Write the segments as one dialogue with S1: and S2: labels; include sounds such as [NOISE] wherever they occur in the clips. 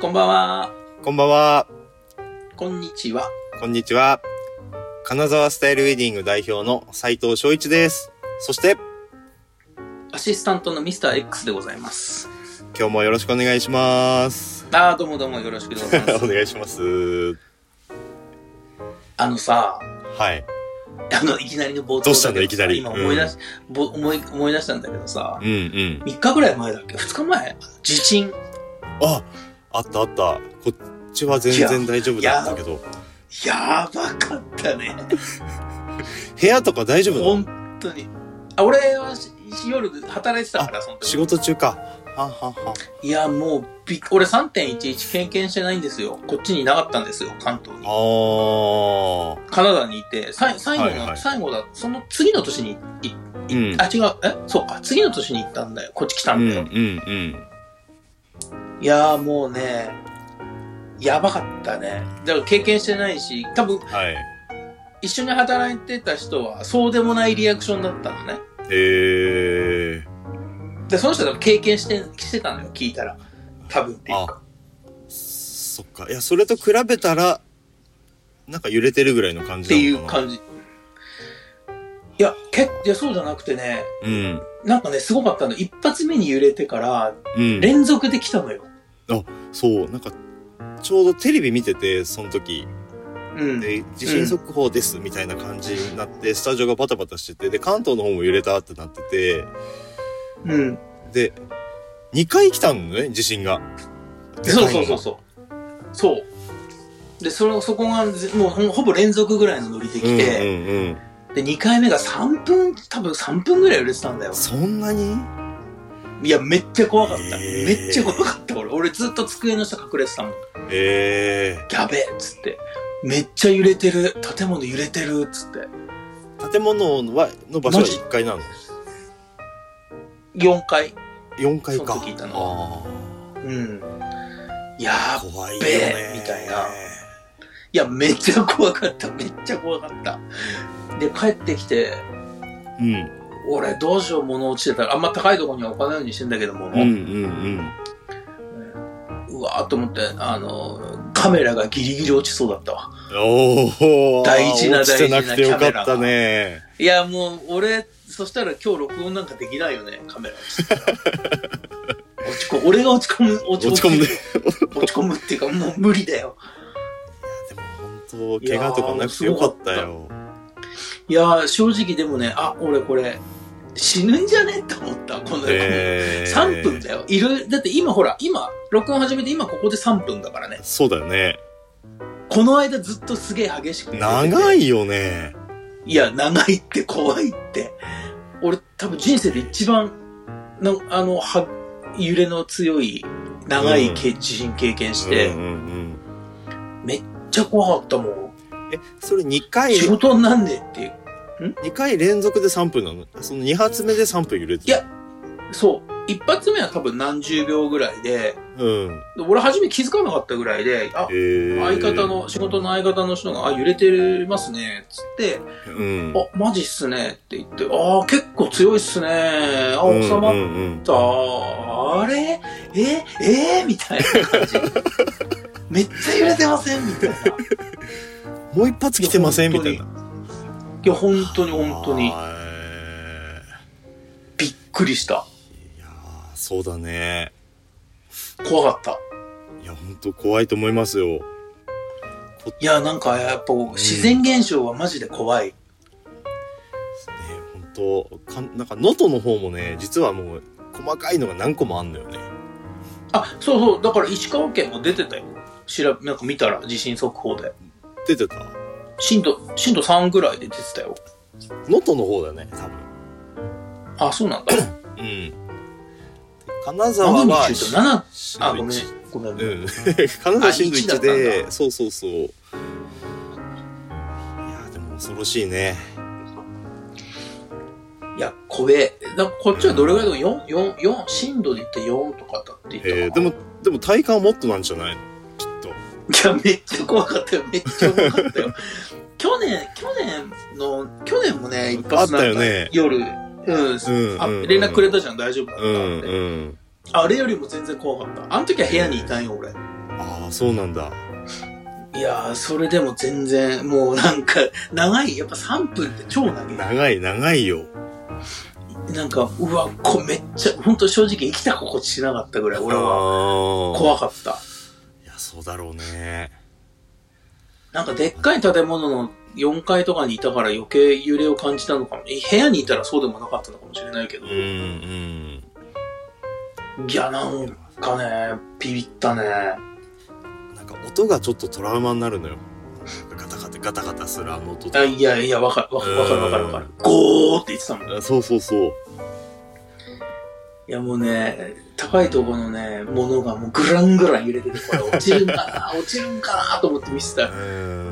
S1: こんばんは。
S2: こんばんは。
S1: こんにちは。
S2: こんにちは。金沢スタイルウェディング代表の斉藤翔一です。そして、
S1: アシスタントのミスター X でございます。
S2: 今日もよろしくお願いします。 [LAUGHS]
S1: ああ、どうもどうもよろしくどうぞ。
S2: お願いします。
S1: あのさ、
S2: はい。
S1: あの、いきなりの冒頭だけ
S2: どうしたのいきなり
S1: 今思い出し、ぼ思い、思い出したんだけどさ
S2: う、んうん。
S1: 3日ぐらい前だっけ ?2 日前地震。
S2: あ、あったあった。こっちは全然大丈夫だったけど。
S1: やばかったね。
S2: 部屋とか大丈夫なの
S1: 本当に。あ、俺はし夜働いてたから、その時
S2: 仕事中か。はんはんはん。
S1: いや、もうびっ、俺3.11経験してないんですよ。こっちにいなかったんですよ、関東に。
S2: あ
S1: カナダにいて、さい最後の、
S2: はいはい
S1: 最後だ、その次の年にい、い
S2: うん
S1: あ、違う、えそうか、次の年に行ったんだよ。こっち来た
S2: ー。うんん
S1: だよ。
S2: うん
S1: いやーもうね、やばかったね。だから経験してないし、多分
S2: うん。はい。
S1: 一緒に働いてた人はそうでもないリアクションだったのね。
S2: へえ。
S1: で、その人は経験して、してたのよ、聞いたら。多分っていうか。
S2: そっか。いや、それと比べたら、なんか揺れてるぐらいの感
S1: っ
S2: じ
S1: て
S2: なの
S1: い
S2: か
S1: う
S2: な
S1: 感じ。いや、けいやそうじゃなくてね、
S2: うん。
S1: なんかね、すごかったの。一発目に揺れてから、
S2: うん。
S1: 連続で来たのよ。
S2: そう、なんか、ちょうどテレビ見てて、その時、
S1: うん。
S2: で、地震速報です、みたいな感じになって、スタジオがバタバタしてて、で、関東の方も揺れたってなってて、
S1: うん。
S2: で、2回来たのね、地震が。で
S1: そう
S2: かいの
S1: そう
S2: が
S1: そうそう。そう。で、その、そこがぜ、もうほんほぼ連続ぐらいのノリで来
S2: うん
S1: て、
S2: うんうん。
S1: で、2回目が3分、多分3分ぐらい売れてたんだよ。
S2: そんなに
S1: いや、めっちゃ怖かった。
S2: へー
S1: めっちゃ怖かった、俺。俺ずっと机の下隠れてたもん。
S2: え
S1: やべえっつって。めっちゃ揺れてる。建物揺れてるっつって。
S2: ー、建物は、の場所は
S1: マジ
S2: 1階なの
S1: 4回。
S2: ?4 階か。
S1: その時いたの
S2: あ
S1: うん。いや
S2: あ。
S1: ー、
S2: 怖いよ
S1: べえ
S2: ね。
S1: みたいな。いや、めっちゃ怖かった。めっちゃ怖かった。で、帰ってきて、
S2: うん。
S1: 俺どうしよう物落ちてたら、あんま高いところには置かないようにしてんだけども、
S2: うんうん
S1: うわーっと思って、あの、カメラがギリギリ落ちそうだったわ。
S2: うん。おお。
S1: 大事な
S2: 落ちてなくてよかっ
S1: 大事なキャ
S2: た
S1: メ
S2: ね。
S1: いや、もう、俺、そしたら今日録音なんかできないよね、カメラ落ちてたら落ち込む、俺が落ち込む、落
S2: 落ち込むね。
S1: む。落ち込むっていうか、もう無理だよ。
S2: でも本当、怪我とかなくてよかったよ。
S1: いやー、正直でもね、あ、俺これ、死ぬんじゃねって思った、この、
S2: えー
S1: 3分だよ。いる、だって今ほら、今、録音始めて今ここで3分だからね。
S2: そうだよね。
S1: この間ずっとすげえ激しく揺れてて
S2: 長いよね。
S1: いや、長いって怖いって。俺、多分人生で一番、なあの、は、揺れの強い、長いけ、地震経験して、
S2: うん
S1: めっ
S2: うん
S1: ちゃ怖かったもん。
S2: うん。え、それ2回、
S1: 仕事になんねえっていう。
S2: 二回連続で3分なのその2発目で3分揺れ
S1: い
S2: てる
S1: やそう。一発目は多分何十秒ぐらいで、
S2: うん。
S1: で俺初め気づかなかったぐらいで、あ
S2: え、ー
S1: 相方、の、仕事の相方の人が、あ、揺れてますね、つって、
S2: うん。
S1: あ、マジっすねって言って、ああ、結構強いっすね。あ、
S2: うん
S1: 収まっ
S2: うんうん
S1: た、あれええみたいな感 [LAUGHS] じ。めっちゃ揺れてませんみたいな。い
S2: もう一発来てません
S1: いや
S2: みたいな。
S1: や、本当に本当に、
S2: はい
S1: びっくりした。
S2: いやーそうだね。
S1: 怖かった。
S2: いや、本当怖いと思いますよ。
S1: いや、なんかやっぱ自然現象はマジで怖い。
S2: ね、本当かんなんか能登の方もね実はもう細かいのが何個もあんのよね
S1: あ、そうそう、だから石川県も出てたよ。調べ、なんか見たら地震速報で。
S2: 出てた
S1: 震度、震度3ぐらいで出てたよ。
S2: 能登の方だね多分
S1: あ、そうなんだ。
S2: うんで金沢
S1: マグニ
S2: は
S1: チュード7、
S2: 震
S1: あ、
S2: 度
S1: ごめん
S2: 一、
S1: ごめん。
S2: うん [LAUGHS] 金沢震度
S1: あ一だ
S2: 1
S1: ったんだ
S2: でそうそうそういやでも恐ろしいね
S1: いや、怖え。だこっちはどれぐらいでも4、4、4、震度で言って4とかだって言ったかな
S2: えーでもでも体感はもっとなんじゃないのきっと
S1: いや、めっちゃ怖かったよ。めっちゃ怖かったよ。去年、去年の、去年もね、一発なんか
S2: あったよね
S1: 夜、うん、
S2: うん
S1: あ
S2: うん
S1: 連絡くれたじゃん、大丈夫だった
S2: うん
S1: って。
S2: うん
S1: あれよりも全然怖かった。あの時は部屋にいたんよ、俺。
S2: ああそうなんだ
S1: いやー、それでも全然、もうなんか、 [LAUGHS] 長い、やっぱ3分って超長い。
S2: 長い長いよ
S1: なんか、うわ、こめっちゃ、本当正直生きた心地しなかったぐらい、俺は
S2: 怖
S1: 怖かった。
S2: いやそうだろうね
S1: なんかでっかい建物の4階とかにいたから余計揺れを感じたのかも。え部屋にいたらそうでもなかったのかもしれないけ
S2: う
S1: ど。
S2: ん
S1: いや、なんかね、ビビったね。
S2: うんなんか音がちょっとトラウマになるのよなんかガタガタガタガタするあの音とか
S1: あいやいや、わかる、わかる、わかる、わかるわかる。ゴーって言ってたもん。い
S2: あそうそうそう
S1: や、もうね、高いところのね、ものがもうグラングラン揺れてて、これ落ちるんか [LAUGHS] な、落ちるんかなと思って見てた。
S2: うん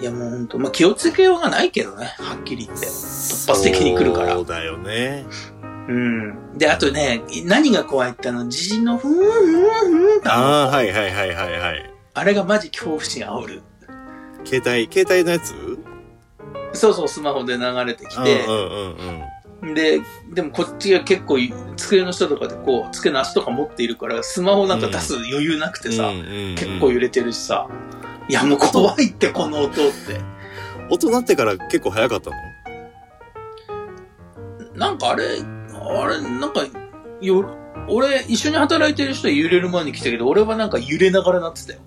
S1: いやもうほんと、まあ、気をつけようがないけどね、はっきり言って。
S2: 突
S1: 発的に来るから
S2: そうだよね
S1: うん。で、あとね、何が怖いってあの、地震のふーん、ふーん、ふーんってあの
S2: ああはいはいはいはいはい
S1: あれがマジ恐怖心煽る。
S2: 携帯携帯のやつ
S1: そうそう、スマホで流れてきて
S2: う、んうんうん
S1: で、でもこっちが結構、机の下とかでこう、机の足とか持っているから、スマホなんか出す余裕なくて
S2: うん
S1: さ、
S2: うんうん
S1: 結構揺れてるしさ、いやもう怖いって、この音って。
S2: 大人になってから結構早かったの
S1: なんかあれ、あれ、なんか、よ、俺、一緒に働いてる人は揺れる前に来たけど、俺はなんか揺れながらなってた
S2: [LAUGHS]
S1: よ。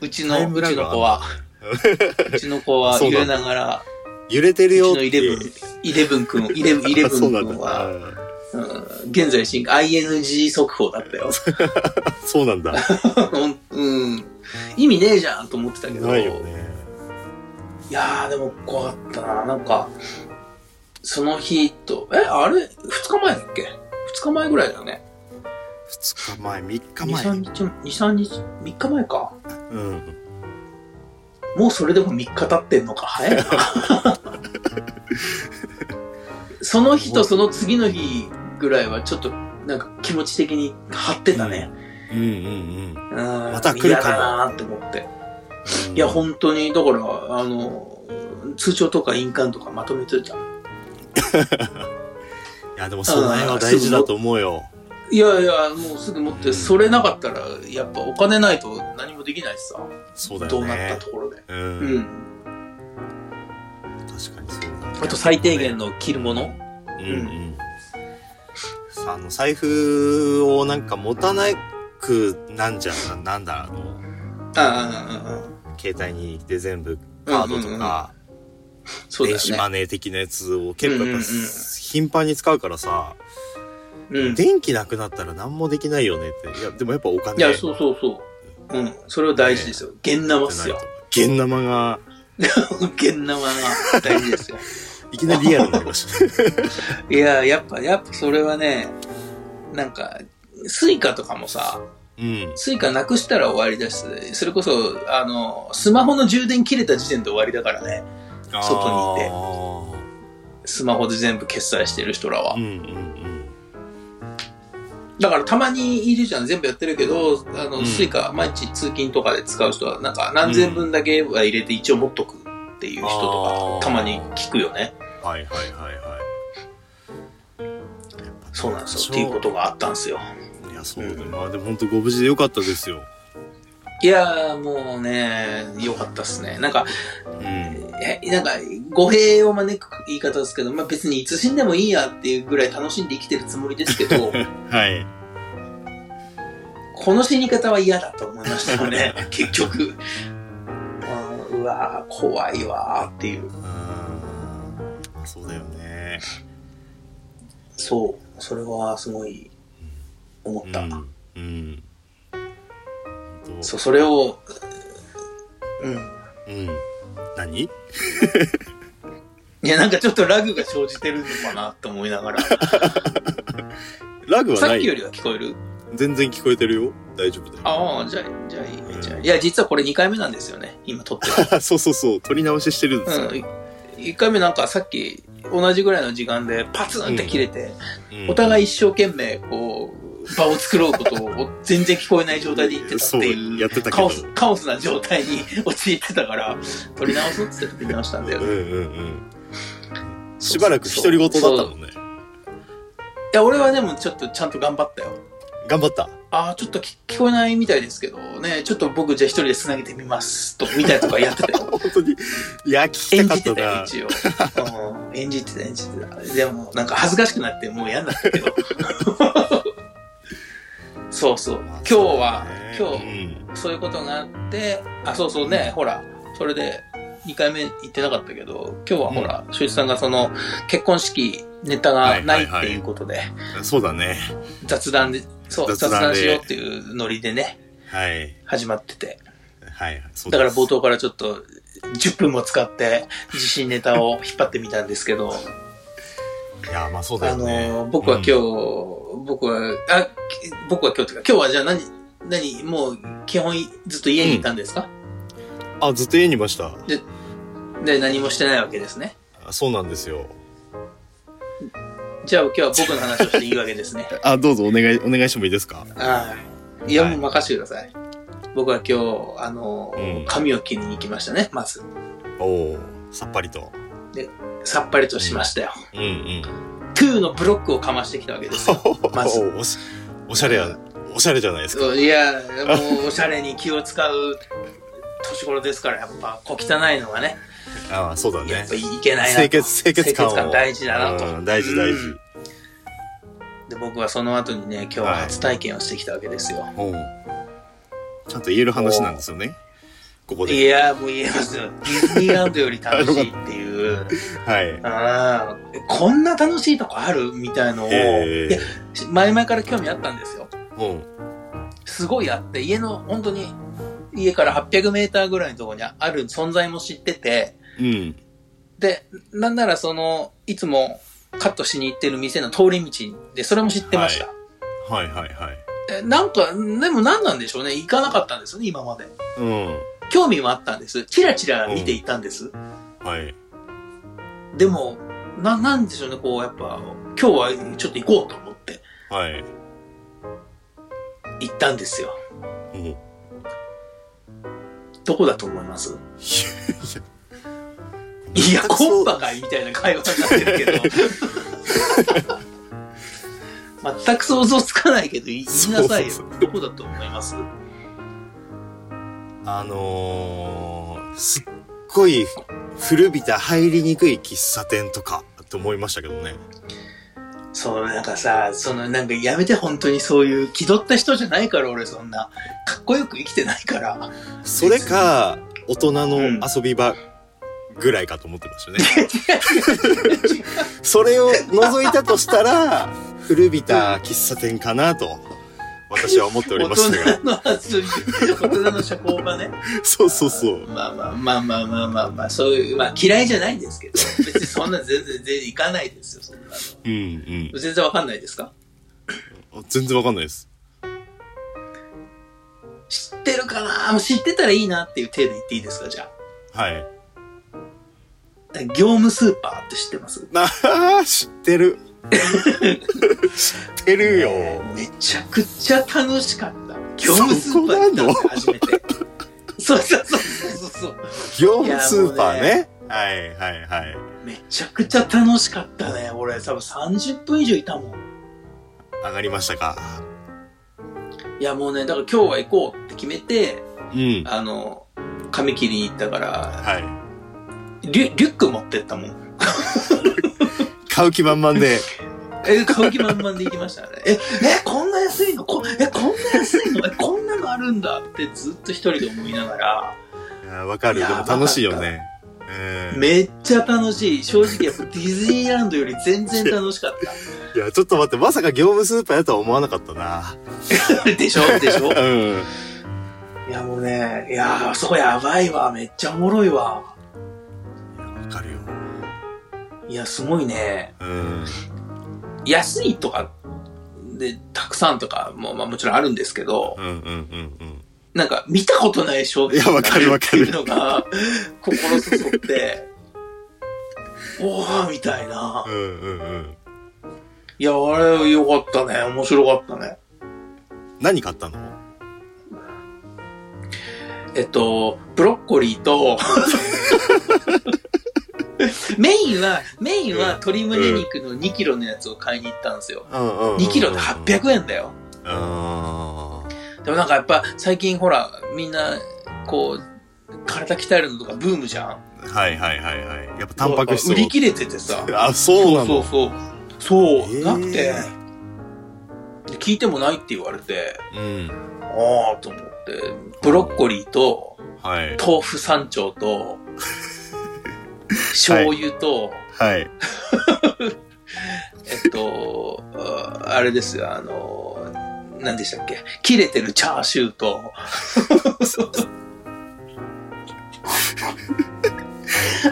S1: うち
S2: タイ
S1: の、
S2: ム
S1: う
S2: ラ
S1: ち
S2: グ
S1: の
S2: あん
S1: 子は、うちの子
S2: [LAUGHS]
S1: は
S2: そう
S1: 揺れ
S2: なんだ
S1: ながら、
S2: 揺れてる
S1: う
S2: よ
S1: ち
S2: っ
S1: の
S2: て
S1: イレブン、イレブン君、イレブン、イレブ
S2: そう
S1: ン
S2: なん
S1: 君
S2: だ
S1: は、うん現在進行、ING 速報だったよ。
S2: [LAUGHS]
S1: [LAUGHS]
S2: そうなんだ
S1: うんうん。意味ねえじゃんと思ってたけど。
S2: ないよね
S1: いやー、でも怖かったな。なんか、その日と、え、あれ、二日前だっけ二日前ぐらいだよね。
S2: 2日前3日
S1: 二
S2: 前
S1: 三日、二三日、三日前か。
S2: うん
S1: もうそれでも三日経ってんのか、早い
S2: [LAUGHS]
S1: な。その日とその次の日ぐらいはちょっと、なんか気持ち的に張ってたね。
S2: うんうんうん
S1: うん。ま
S2: た来るかも
S1: 嫌だなーって思って。いや、本当に、だから、あの、通帳とか印鑑とかまとめてた。
S2: いやでも備えは大事だと思うよ
S1: いやいや、もうすぐ持って、
S2: うん
S1: それなかったら、やっぱお金ないと何もできないしさ、
S2: そうだよ
S1: ど
S2: ね
S1: うなったところで。
S2: う、
S1: うんん。
S2: 確かにそうだね
S1: あと最低限の着るもの。
S2: うんうんさあの財布をなんか持たなくなんじゃんなんだあの
S1: ああ、うんうんうん
S2: 携帯にで全部カードとか
S1: そうだ
S2: 電
S1: よ
S2: 子
S1: ね。
S2: マネー的なやつを結構やっ
S1: うんうんうん
S2: ぱ頻繁に使うからさ
S1: うん。い
S2: 電気なくなったら何もできないよねっていやでもやっぱお金
S1: や、そうそうそう。うん。それは大事ですよ。現生っすよ。
S2: ゲン生が
S1: 現生が大事ですよ。
S2: いきなりリアルになりましたね
S1: いや、やっぱ、やっぱそれはね、なんか、スイカとかもさ、
S2: うん
S1: スイカなくしたら終わりだし、それこそ、あの、スマホの充電切れた時点で終わりだからね、外にいて
S2: にいて
S1: スマホで全部決済してる人らは
S2: う。んうん
S1: だからたまにいるじゃん、全部やってるけど、あの、
S2: うん
S1: スイカ、毎日通勤とかで使う人は、なんか何千分だけは入れて一応持っとくっていう人
S2: あ
S1: と
S2: ー
S1: か、たまに聞くよね。
S2: うん。はいはいはいはい。やっぱね
S1: そうなんですよ。
S2: 多少
S1: っていうことがあったんですよ。
S2: いや、そうだね。まあでも本当ご無事でよかったですよ。
S1: いやー、もうね、良かったっすね。なんか、
S2: うん。
S1: えなんか、語弊を招く言い方ですけど、まあ別にいつ死んでもいいやっていうぐらい楽しんで生きてるつもりですけど、
S2: はい。
S1: この死に方は嫌だと思いましたよ
S2: [LAUGHS]
S1: ね、結局。うんうわー、怖いわーっていう。
S2: うん。そうだよね。
S1: そう、それはすごい思
S2: う
S1: った。
S2: ん。うん。本
S1: そう、それを、うん。
S2: 当うん。何
S1: いや、なんかちょっとラグが生じてるのかなと思いながら。さ
S2: ラグはな
S1: っきよ
S2: い。
S1: りは聞こえる
S2: 全然聞こえてるよ。大丈夫だよ。
S1: ああ、じゃあ、じゃあいい、
S2: うん
S1: じゃあいい。いや、実はこれ2回目なんですよね、今撮ってる。
S2: あ [LAUGHS] そうそうそう。撮り直ししてるんですよ。
S1: うん。1回目なんかさっき同じぐらいの時間でパツンって切れて、
S2: うん
S1: お互い一生懸命こう、場を作ろうことを全然聞こえない状態で言ってたって
S2: そ
S1: いう
S2: やってたけど
S1: カオス、カオスな状態に [LAUGHS] 陥ってたから、撮り直そうっつって撮り直したんだよ
S2: う
S1: ね
S2: ん。うんうん。しばらく独り言だったもんね。
S1: いや、俺はでもちょっとちゃんと頑張ったよ。
S2: 頑張った。
S1: ああ、ちょっと聞聞こえないみたいですけどね、ちょっと僕じゃあ一人で繋げてみます、と、みたいなとかやってた
S2: [LAUGHS]
S1: よ。
S2: 本当に。いや、聞
S1: 演
S2: きたか
S1: じ
S2: ってた
S1: たよ、
S2: な。
S1: 一応。うん演じてた、演じてた。でも、なんか恥ずかしくなって、もう嫌になった
S2: [LAUGHS]
S1: けど。そうそう。
S2: まあ
S1: 今日は、
S2: そう
S1: 今
S2: だ
S1: 日、
S2: ね
S1: そういうことがあって、あ、そうそうね、ほら、それで2回目行ってなかったけど、今日はほら、周一さんがその結婚式ネタがないっていうことで、
S2: うん。そうだね。
S1: 雑談で、そう、雑
S2: 雑
S1: 談
S2: 談で
S1: しようっていうノリでね、
S2: はい。
S1: 始まってて。
S2: はい。そう
S1: だ
S2: です
S1: から冒。頭からちょっと10分も使って自信ネタを引っ張ってみたんですけど、
S2: いや、まあそうだ
S1: あ
S2: よね。
S1: の、僕は今日、僕は、あ、き僕は今日というか、今日はじゃあ何、何、もう基本ずっと家にいたんですか、
S2: あ、ずっと家にいました。
S1: で、何もしてないわけですね。
S2: あそうなんですよ。
S1: じゃあ今日は僕の話をしていいわけですね。
S2: あ、どうぞお願い、お願いしてもいいですか
S1: ああ。いや、
S2: はい
S1: もう任せてください。僕は今日、あのー
S2: うん
S1: 髪を切りに行きましたね、まず。
S2: おおさっぱりと。
S1: さっぱりとしましたよ。
S2: うんうん。 [LAUGHS]
S1: トゥーのブロックをかましてきたわけですよ。まず
S2: おおしおしゃれや、おしゃれじゃないですか。
S1: いや、もうおしゃれに気を使う年頃ですから、やっぱ小汚いのがね、
S2: ああ、そうだ
S1: やっ
S2: ね
S1: ぱ。いけないなと。
S2: 清潔、清潔感
S1: 清潔感
S2: を。
S1: 大事だなと
S2: うん大事大事。
S1: うんで、僕はその後にね、今日は初体験をしてきたわけですよ。
S2: おうちゃんと言える話なんですよね。ここ
S1: い、
S2: で。
S1: や、もう言えますよ。ディズニーランドより楽しいっていう。
S2: はい。
S1: あーこんな楽しいとこあるみたいのを、
S2: え
S1: いや
S2: え
S1: し前々から興味あったんですよ。
S2: おうん。
S1: すごいあって、家の本当に家から800メーターぐらいのところにある存在も知ってて、
S2: うん。
S1: で、なんならその、いつもカットしに行ってる店の通り道で、それも知ってました。
S2: はいはいはい。
S1: えなんか、でも何なんでしょうね。行かなかったんですよね、今まで。
S2: うん。
S1: 興味はあったんです。チラチラ見ていたんです。
S2: はい。
S1: でも、な、なんでしょうね、こう、やっぱ、今日はちょっと行こうと思って
S2: はい。
S1: 行ったんですよ。
S2: うん。いや
S1: どこだと思いますいや、コンパかいみたいな会話になって
S2: [LAUGHS]
S1: るけど。全く想像つかないけど、い言いなさいよ
S2: そうそう。
S1: どこだと思います
S2: あのー、すっごい古びた入りにくい喫茶店とかって思いましたけどね。
S1: そのなんかさ、そのなんかやめて本当にそういう気取った人じゃないから俺そんな、かっこよく生きてないから。
S2: それか、大人の
S1: うん
S2: 遊び場ぐらいかと思ってましたね。 [LAUGHS] それを除いたとしたら、古びた喫茶店かなと、私は思っており
S1: 大
S2: ましたが。
S1: 人の遊び、大人の社交場ね。
S2: そうそうそう。
S1: まあまあまあまあまあまあまあ、そういう、まあ嫌いじゃないんですけど、別にそんな全然全然行かないですよ、そんなの。
S2: うんうん。
S1: 全然わかんないですか
S2: 全然わかんないです。
S1: 知ってるかなもう知ってたらいいなっていう体で言っていいですかじゃ
S2: はい。
S1: あ。業務スーパーって知ってます
S2: なあ、知ってる。知ってるよ。
S1: めちゃくちゃ楽しかった。業務スーパー行ったんですよ初めて。そうそうそうそうそう。
S2: 業務スーパーね。はいはいはい。
S1: めちゃくちゃ楽しかったね。俺、多分30分以上いたもん。
S2: 上がりましたか。
S1: いや、もうね、だから今日は行こうって決めて、
S2: うん。
S1: あの、髪切りに行ったから、
S2: は
S1: リュリュック持ってったもん。
S2: い。買う気満々で。
S1: え、買う気満々で行きましたね。え、え、こんな安いのこえ、こんな安いのえ、こんなのあるんだってずっと一人で思いながら、
S2: いやわかる。
S1: い
S2: で
S1: や
S2: も楽しいよね。うん。
S1: めっちゃ楽しい。正直、やっぱディズニーランドより全然楽しかっ
S2: いや、ちょっと待って、まさか業務スーパーやとは思わなかったな。
S1: た。 [LAUGHS] でしょでしょ
S2: うん。
S1: いや、もうね、いやー、あそこやばいわ。めっちゃおもろいわ。
S2: わかるよ。
S1: いや、すごいね。
S2: うん。
S1: 安いとか、で、たくさんとかも、まあもちろんあるんですけど、
S2: うんうんうん
S1: なんか見たことない商品
S2: いやわかるわかる
S1: っていうのが、心そそって、 [LAUGHS] おーみたいな
S2: うん。う。んうんうん。
S1: いや、あれよかったね。面白かったね。
S2: 何買ったの
S1: えっと、ブロッコリー
S2: [LAUGHS]
S1: と、メインは、メインは鶏胸肉の2キロのやつを買いに行ったんですよ。
S2: うんうんうんうん。
S1: 2キロで800円だよ。
S2: あー
S1: でもなんかやっぱ最近ほら、みんな、こう、体鍛えるのとかブームじゃん
S2: はいはいはいはい。やっぱタンパク質を
S1: 売り切れててさ。
S2: あ、そうなの
S1: そうそう。そう、
S2: えー
S1: なくて、で聞いてもないって言われて、
S2: うん。
S1: ああと思って、ブロッコリーと、
S2: はい。
S1: 豆腐山頂
S2: [LAUGHS]
S1: と、醤油と、
S2: はい。
S1: えっと、ああれですよ、あの、何でしたっけ切れてるチャーシュー
S2: [LAUGHS]
S1: と、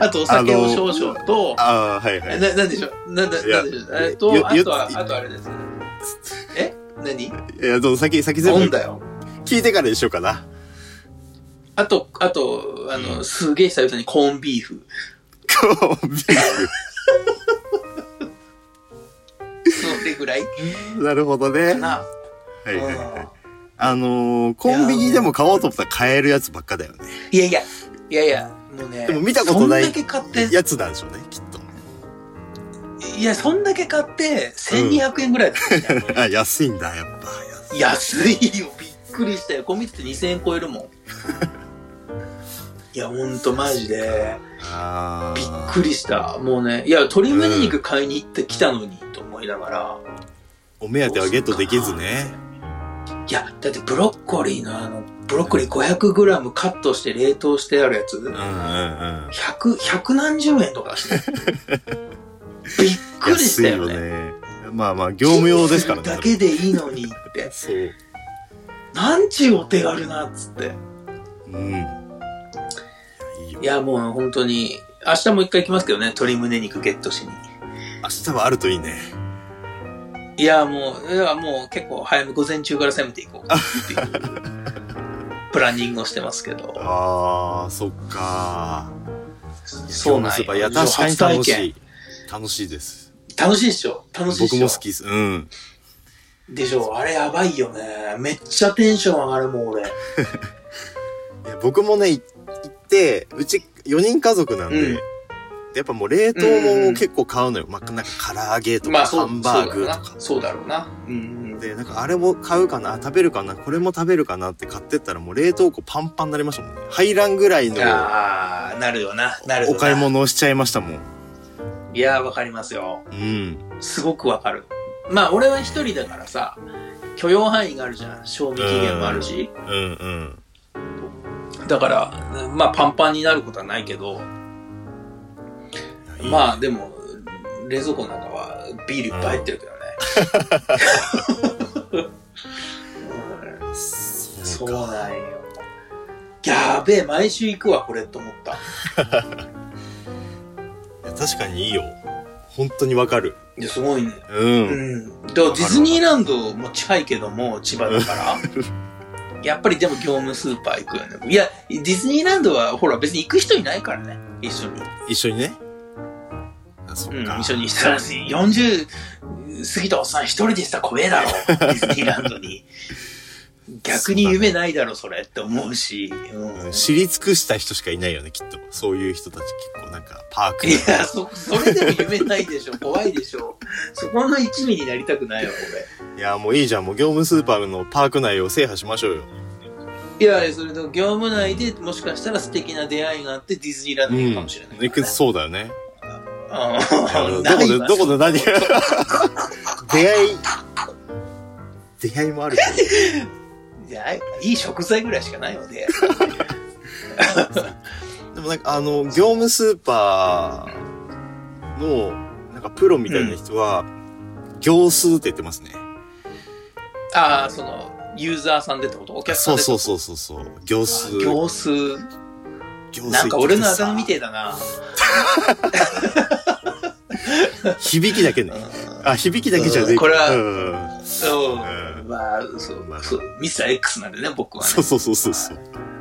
S1: あとお酒を少々と、
S2: ああ、はいは。
S1: ないなんでしょうなんだ、
S2: いや
S1: なんでしょうえっ
S2: よ
S1: と、あとは、
S2: よ
S1: あとあれですね。え何
S2: いや、どうぞ先、先
S1: オ
S2: 全
S1: ン
S2: 部
S1: だよ。
S2: 聞いてからにしようかな。 [LAUGHS]
S1: あと、あと、あの、すげえ久々にコーンビーフ。
S2: コンビ
S1: それぐらい
S2: ニ。なるほどね。
S1: か
S2: [LAUGHS] は
S1: な。
S2: いはいは
S1: うん
S2: い。あのー、コンビニでも買おうと思ったら買えるやつばっかだよね。
S1: いやいや、いやいや、もうね。
S2: でも見たことない
S1: そんだけ買って、
S2: やつなんでしょうね、きっと。 [LAUGHS]
S1: いや、そんだけ買って、1200円ぐらいだったじゃん。
S2: あ、安いんだ、やっぱ。安い。
S1: [LAUGHS] 安いよ、びっくりしたよ。コンビニって2000円超える
S2: [LAUGHS]
S1: もん。いや、ほんと、マジで。
S2: あ
S1: びっ
S2: ー
S1: くりした。もうね、いや、鶏胸肉買いに行ってきたのに、と思いながら。
S2: お目当てはゲットできずね。
S1: いや、だってブロッコリーのあの、ブロッコリー 500g カットして冷凍してあるやつ、
S2: うんうんうん。
S1: 100、100何十円とかして。
S2: [LAUGHS]
S1: びっくりし
S2: 安
S1: た
S2: い
S1: よ
S2: よ
S1: ね。
S2: ね。まあまあ、業務用ですからね。
S1: だけでいいのにって。
S2: そう。
S1: なんちゅうお手軽な、っつって。
S2: うん。いいよ
S1: い。や、もう本当に、明日も一回行きますけどね、鶏胸肉ゲットしに。
S2: 明日はあるといいね。
S1: いや、もう、いや、もう結構早め、午前中から攻めていこうっていう、プランニングをしてますけ
S2: [LAUGHS]
S1: ど。
S2: ああ、そっかー。
S1: そうなん
S2: や。
S1: や
S2: いや、確かに楽
S1: 初体
S2: しい。楽しいです。
S1: 楽しいっしょ楽しいっし
S2: 僕
S1: ょ
S2: も好きです。うん。
S1: でしょあれやばいよね。めっちゃテンション上がるもん、俺。
S2: いや僕もね、い行って、うち4人家族なんで、
S1: うん
S2: でやっぱもう冷凍
S1: うんう
S2: も
S1: ん
S2: 結構買うのよ。まあ、なんか唐揚げと
S1: ま
S2: か、
S1: あ、そ
S2: ハ
S1: う、
S2: ンバーグとか。
S1: そうだろうな。そうだろうな。うん
S2: で、なんかあれも買うかな、食べるかな、これも食べるかなって買ってったらもう冷凍庫パンパンになりましたもんね。入らんぐらい
S1: うん。
S2: の
S1: ああ、なるよな。なるよ
S2: お
S1: な
S2: 買い。物をしちゃいましたもん。
S1: いやー、わかりますよ。
S2: うん。
S1: すごくわかる。まあ、俺は一人だからさ、許容範囲があるじゃん。賞味期限もあるし。
S2: うんうん。
S1: だから、まあ、パンパンになることはないけど、まあ、でも、冷蔵庫の中はビールいっぱい入ってるけどね。
S2: あ、
S1: うん
S2: そ
S1: そうう
S2: か。
S1: なんよ。やべえ、毎週行くわ、これ、と思った。
S2: いや確かにいいよ。本当にわかる。
S1: いや、すごいね。
S2: うん。
S1: うん。だからディズニーランドも近いけども、千葉だから。やっぱりでも業務スーパー行くよね。いや、ディズニーランドはほら別に行く人いないからね。一緒に。
S2: 一緒にね。あ、そっ
S1: うん、
S2: か。
S1: 一緒にしたらし、40過ぎたおっさん一人でしたら怖えだ
S2: [LAUGHS]
S1: ろ。ディズニーランドに。逆に夢ないだろ、それって思うし。うん
S2: うん。知り尽くした人しかいないよね、きっと。そういう人たち結構なんか、パーク
S1: いや、そ、それでも夢ないでしょ。怖いでしょ。そこの一味になりたくないわ、
S2: いや、もういいじゃん。もう業務スーパーのパーク内を制覇しましょうよ。
S1: 俺。いや、いやそれと業務内でもしかしたら素敵な出会いがあってディズニーランドに行くかもしれない、
S2: いくそうだよね。
S1: うん
S2: どこで、ど
S1: で
S2: こで何が出会い、出会いもあるけ
S1: いやいい食材ぐらいしかないので。
S2: ど。でもなんか、あの、業務スーパーの、なんかプロみたいな人は、行数って言ってますね。
S1: ああ、その、ユーザーさんでってことお客さ
S2: そ
S1: ん
S2: う
S1: でって
S2: そ
S1: こ
S2: うそうそうそう。行数。
S1: と行数。
S2: 行数
S1: なんか俺のあだ名みて
S2: て
S1: えだな。
S2: 響きだけね。あ、響きだけじゃね
S1: うんこれは
S2: うん
S1: うん
S2: う。ん
S1: まあ、そう
S2: ま、あ
S1: そう。ミスター X なんでね、僕はね
S2: そう。そうそうそうそう。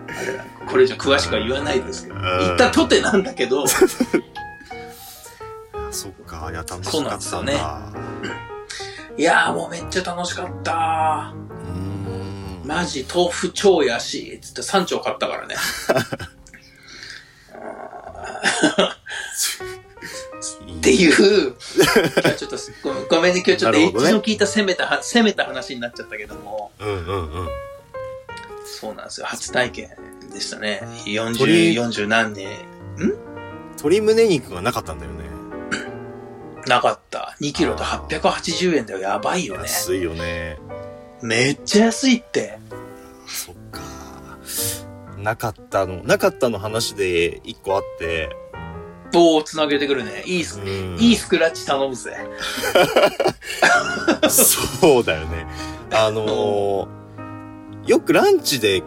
S1: あれなんかこれ以上詳しくは言わないですけど。
S2: うん
S1: 言ったとてなんだけど。 [LAUGHS]
S2: そっか、いや、楽
S1: そう
S2: し
S1: なん
S2: か
S1: で
S2: っ
S1: す
S2: た
S1: よ
S2: ん
S1: ね
S2: だ。
S1: いやーもうめっちゃ楽しかった
S2: うーん。
S1: マジ豆腐超やしつって3丁買ったからね
S2: いい
S1: っていう、今日はちょっとすごめんごめんね、今日ちょっと
S2: な
S1: エ
S2: るほ
S1: ッ
S2: ど
S1: ジ
S2: ね
S1: の効いた攻めたは、攻めた話になっちゃったけども、
S2: うんうんうん。
S1: そうなんですよ。初体験でしたね。40、
S2: 鳥
S1: 40何年
S2: 鶏胸肉がなかったんだよね。
S1: なかった。2キロと880円だよ。やばいよね。
S2: 安いよね。
S1: めっちゃ安いって。
S2: そっか。なかったの、なかったの話で一個あって。
S1: おー、繋げてくるね。いいス、
S2: うん
S1: いいスクラッチ頼むぜ。
S2: そうだよね。あのーよくランチで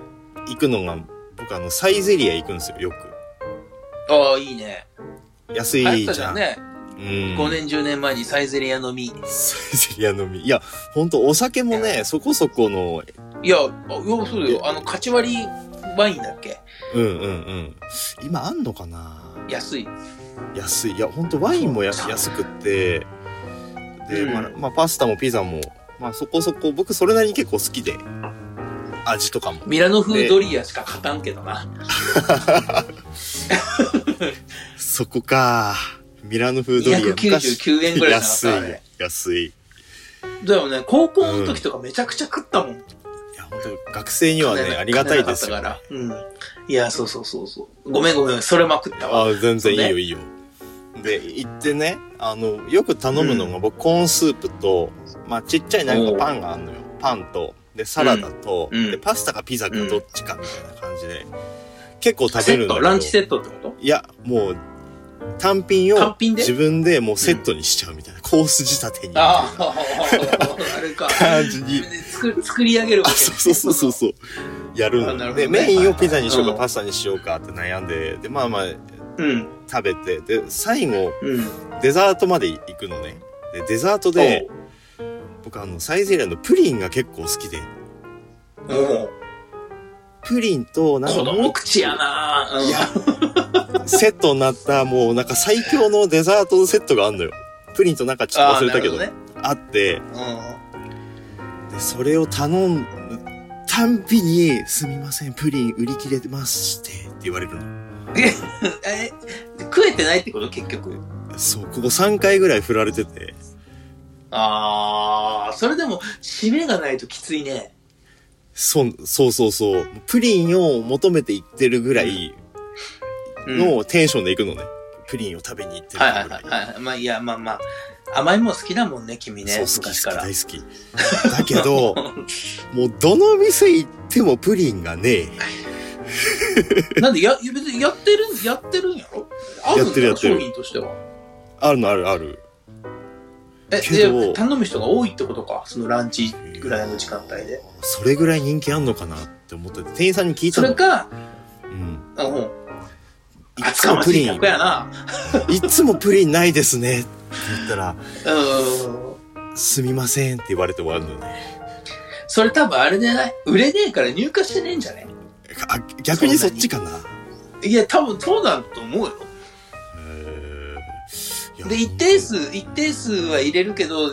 S2: 行くのが、僕あの、サイゼリア行くんですよ、よく。
S1: ああ、いいね。
S2: 安
S1: 流行っ
S2: い
S1: た
S2: じ
S1: じ
S2: ゃ
S1: ゃ
S2: ん。
S1: んね。
S2: うん。
S1: 5年、10年前にサイゼリア飲み。
S2: サイゼリア飲 [LAUGHS] み。いや、ほんとお酒もね、そこそこの、
S1: いや、あいやそうだよ。あの、カチ割りワインだっけ
S2: うんうんうん。今あんのかな
S1: 安い。
S2: 安い。いや、ほんとワインもや
S1: そう
S2: 安くって。で、
S1: うん
S2: まあ、まあ、パスタもピザも、まあそこそこ、僕それなりに結構好きで。味とかも。
S1: ミラノ風ドリアしか勝たんけどな。
S2: そこか。ミラノ風ドリア。昔
S1: 299円ぐらいじ
S2: 安
S1: ゃ
S2: い
S1: なかったあれ。
S2: 安い。い
S1: だよね、高校の時とかめちゃくちゃ食ったもん。
S2: や、本当学生には
S1: 金
S2: ね、
S1: な
S2: ありがたいですよ。
S1: 金な
S2: あ
S1: かったから。うん。いや、そうそうそうそう。ごめんごめん、それまくったわ。
S2: あ、全然いい
S1: そう
S2: よ、
S1: ね
S2: いいよ。で、行ってね、あの、よく頼むのが、僕、コーンスープと、まあ、ちっちゃいなんかパンがあるのよ。パンと、で、サラダと、
S1: うんうん
S2: で、パスタかピザかどっちかみたいな感じで、結構食べるん
S1: セット
S2: だけど
S1: ランチセットってこと
S2: いや、もう、単品を
S1: 単品で
S2: 自分でもうセットにしちゃうみたいな、コース仕立てにみたいな
S1: ああ、 [LAUGHS] あれか。
S2: 感じに
S1: 自分で作作り上げるわ
S2: あ
S1: け。
S2: そうそうそうそうそうやる
S1: あ
S2: の
S1: なるほど
S2: で
S1: ね
S2: メインをピザにしようか、
S1: うん
S2: パスタにしようかって悩んででまあまあ
S1: うん。
S2: 食べてで最後
S1: うん。
S2: デザートまで行くのねでデザートで僕あのサイゼリアのプリンが結構好きで
S1: おう、もう、
S2: プリンとなん
S1: 子
S2: か
S1: 供口やなうん
S2: いやセットになったもうなんか最強のデザートのセットがあんのよプリンとなんかちょっと忘れたけどあ
S1: あーなる
S2: って
S1: ほどね。
S2: でそれを頼むたんびに「すみませんプリン売り切れてまして」って言われるの
S1: うん。え、食えてないってこと結局。
S2: そう、ここ3回ぐらい振られてて。
S1: ああ、それでも、締めがないときついね。
S2: そ、そうそうそう。プリンを求めて行ってるぐらい
S1: うん
S2: のテンションで行くのね。プリンを食べに行ってるぐ
S1: はい
S2: ら
S1: はい
S2: い。
S1: はいはい。まあ、いや、まあまあ、甘いもん好きだもんね、君ね。
S2: そう、好
S1: 昔
S2: き、
S1: か
S2: 好き、
S1: ら。
S2: 大好き。だけ
S1: [LAUGHS]
S2: ど、もうどの店行ってもプリンがねえ。
S1: なんで、や、別にやってる、やってるんやろあるん
S2: やってる
S1: だ
S2: やってる
S1: 商品としては。
S2: あるのあるある。
S1: え、
S2: けど
S1: で、頼む人が多いってことか。そのランチぐらいの時間帯で。
S2: それぐらい人気あんのかなって思ってて、店員さんに聞いた
S1: そ
S2: の。
S1: れか、
S2: うん。
S1: あの、
S2: い
S1: 厚
S2: つ
S1: か
S2: も
S1: ま
S2: プ
S1: し
S2: リ
S1: い
S2: ン
S1: 客、やな。
S2: いつもプリンないですねって言ったら、
S1: うん。
S2: すみませんって言われて終わるのね。
S1: それ多分あれじゃない売れねえから入荷してねえんじゃね
S2: あ、逆にそっちかな。
S1: いや、多分そうなんだと思うよ。で、一定数、一定数は入れるけど、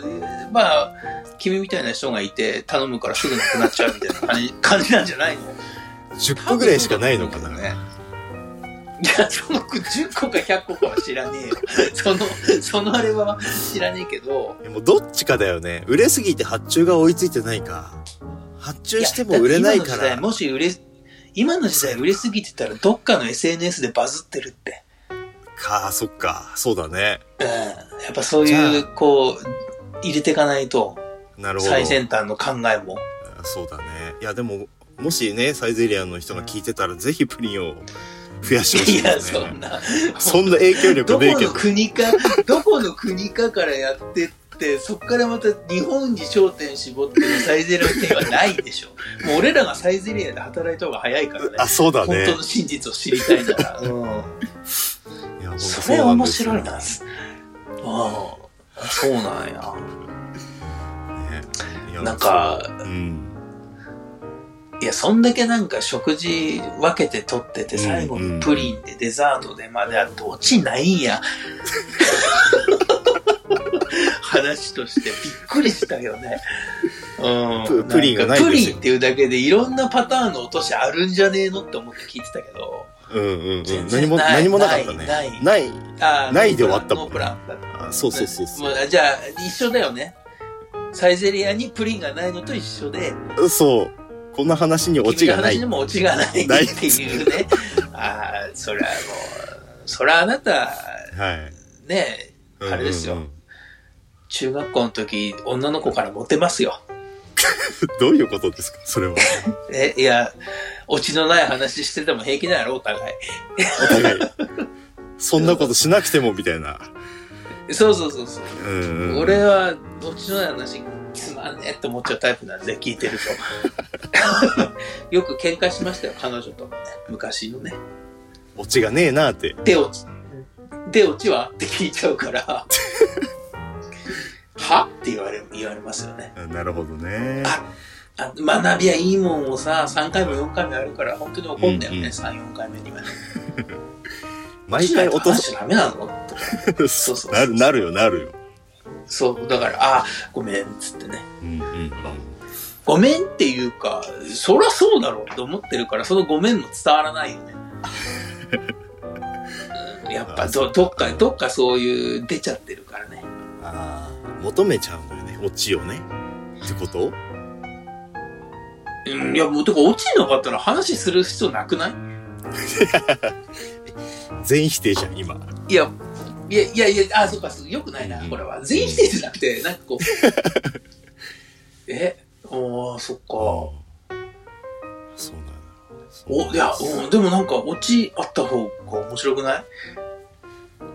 S1: まあ、君みたいな人がいて、頼むからすぐなくなっちゃうみたいな [LAUGHS] 感じ感じなんじゃないの
S2: 10個ぐらいしかないのかな、
S1: ね。いや、その10個か100個かは知らねえよ。その、そのあれは知らねえけど。
S2: でもどっちかだよね売れすぎて発注が追いついてないか発注しても売れないか
S1: やだって今の時代
S2: ら
S1: もし売れ、今の時代売れすぎてたら、どっかの SNS でバズってるって。
S2: かそっかそうだね
S1: うん。やっぱそう
S2: じ
S1: い
S2: ゃ
S1: う、こう、入れていかないと、
S2: なるほど
S1: 最先端の考えも。
S2: そうだねいやでももしねサイゼリアの人が聞いてたらぜひプリンを増やしてほし
S1: い
S2: いで
S1: や、
S2: す
S1: そん
S2: ね
S1: な。
S2: そんな影響
S1: ど
S2: 力
S1: こ
S2: ねえけど
S1: の国か、どこの国かからやってって、そこからまた日本に焦点絞ってるサイゼリアの店はないでし
S2: [LAUGHS]
S1: ょ。もう俺らがサイゼリアで働いた方が早いからね。
S2: あそうだ
S1: 本
S2: ね
S1: 当の真実を知りたいな
S2: [LAUGHS]
S1: ら。うん。
S2: いやほんと
S1: そうれ
S2: なん
S1: 面
S2: ですよ
S1: 白いな。ああ、そうなんや。
S2: ねいや
S1: なんか
S2: そううん
S1: いや、そんだけなんか食事分けて取ってて、
S2: うん
S1: 最後にプリンでデザートでまであって、オチないんや。話としてびっくりしたよね。う
S2: プ
S1: ん。
S2: プリンがない
S1: んか
S2: で
S1: プ
S2: すよ
S1: リンっていうだけでいろんなパターンの落としあるんじゃねえのって思って聞いてたけど。
S2: うんうんうん。
S1: 全
S2: 何
S1: 然
S2: も、
S1: ない
S2: 何もなかったね。
S1: ない
S2: ない。
S1: あー
S2: ないで終わったもん
S1: ノープランだった
S2: あそうそうそうそ
S1: もうじゃあ、一緒だよね。サイゼリアにプリンがないのと一緒で、
S2: う。そう。こんな話にオチがな
S1: 君の話に
S2: い。
S1: もオチがないって
S2: ない
S1: いうね。ああ、そりゃもう、そりゃあなた、
S2: はい。
S1: ね、
S2: うんうんうん
S1: あれですよ。中学校の時、女の子からモテますよ。
S2: どういうことですかそれは。
S1: え、いや、オチのない話してても平気なんやろ、お互
S2: お互い。そんなことしなくてもみたいな。
S1: い。そうそうそうそう。
S2: うんうんうん。
S1: 俺は、オチのない話、つまんねえって思っちゃうタイプなんで、聞いて [LAUGHS] ると。よく喧嘩しましたよ、彼女ともね。昔のね。
S2: オチがねえなって。
S1: で落ち、で落ちはって聞いちゃうから、 [LAUGHS] はって言われ、言われますよね。
S2: うんなるほどね。
S1: ああ学びはいいもんをさ、3回も4回もあるから、本当に怒んだよね、
S2: うんうん
S1: 3、4回目にはね。
S2: 毎回落と
S1: 落ちないと話しちゃダメなのとか。そう
S2: す。
S1: そう
S2: なる、なるよ、なるよ。
S1: そう、だから、あ、ごめん、っつってね。
S2: うんうんうん。
S1: ごめんっていうか、そらそうだろうと思ってるから、そのごめんも伝わらないよね。うんやっぱど、どっか、どっかそういう出ちゃってるからね。
S2: ああ、求めちゃうんだよね、オチをね。ってこと
S1: うんいや、もう、てか、落ちなかったら話する必要なくない
S2: 全否定じゃん、今。
S1: いや、いや、いや、いや、あ、そっか、そうよくないな
S2: う、ん
S1: これは。全否定じゃなくて、なんかこう。 [LAUGHS] え、ああ、そっか。お、
S2: そうなんだ。そう
S1: いや、うん、でもなんか、落ちあった方が面白くない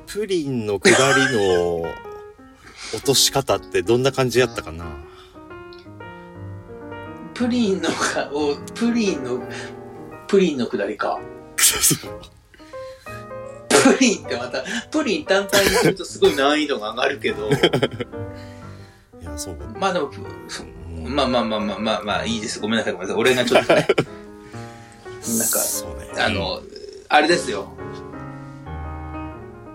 S2: プリンの下りの落とし方ってどんな感じやっ
S1: [LAUGHS]
S2: たかな
S1: プリンのか、おプリンの、プリンのくだりか。プリンってまた、プリン単体にするとすごい難易度が上がるけど、
S2: [LAUGHS] いや、そうか。
S1: まあでも、プそ
S2: うん
S1: まあまあまあまあまあまあ、いいです。ごめんなさい、ごめんなさい。俺がちょっとね、なんか
S2: そうね。
S1: あの、あれですよ。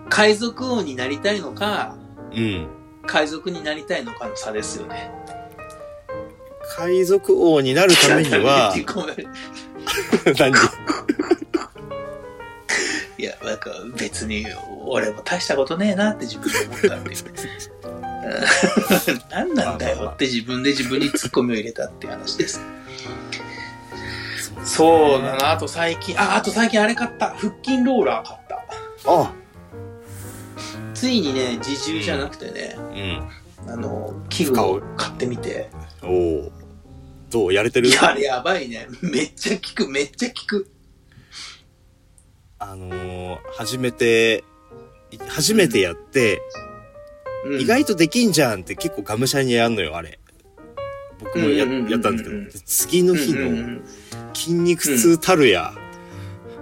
S1: 海賊王になりたいのか、
S2: うん。
S1: 海賊になりたいのかの差ですよね。
S2: 海賊王になるためには
S1: ってい、うごめん
S2: 何
S1: [LAUGHS] いや、なんか別に俺も大したことねえなって自分で思ったんで。 [LAUGHS] 何なんだよって自分で自分にツッコミを入れたっていう話です。そうだな、あと最近、あ、あと最近あれ買った。腹筋ローラー買った。
S2: あ、
S1: ついにね、自重じゃなくてね、
S2: うん。
S1: あの、器具を買ってみて。
S2: おお。どうやれてる
S1: いや、あれやばいね。めっちゃ効く、めっちゃ効く。
S2: あのー、初めて、い初めてやって、
S1: うん
S2: 意外とできんじゃんって結構がむしゃらにやんのよ、あれ。僕もや
S1: うんうんうんうん
S2: やったんですけど、で次の日
S1: うんうん
S2: の
S1: うん
S2: 筋肉痛たるや、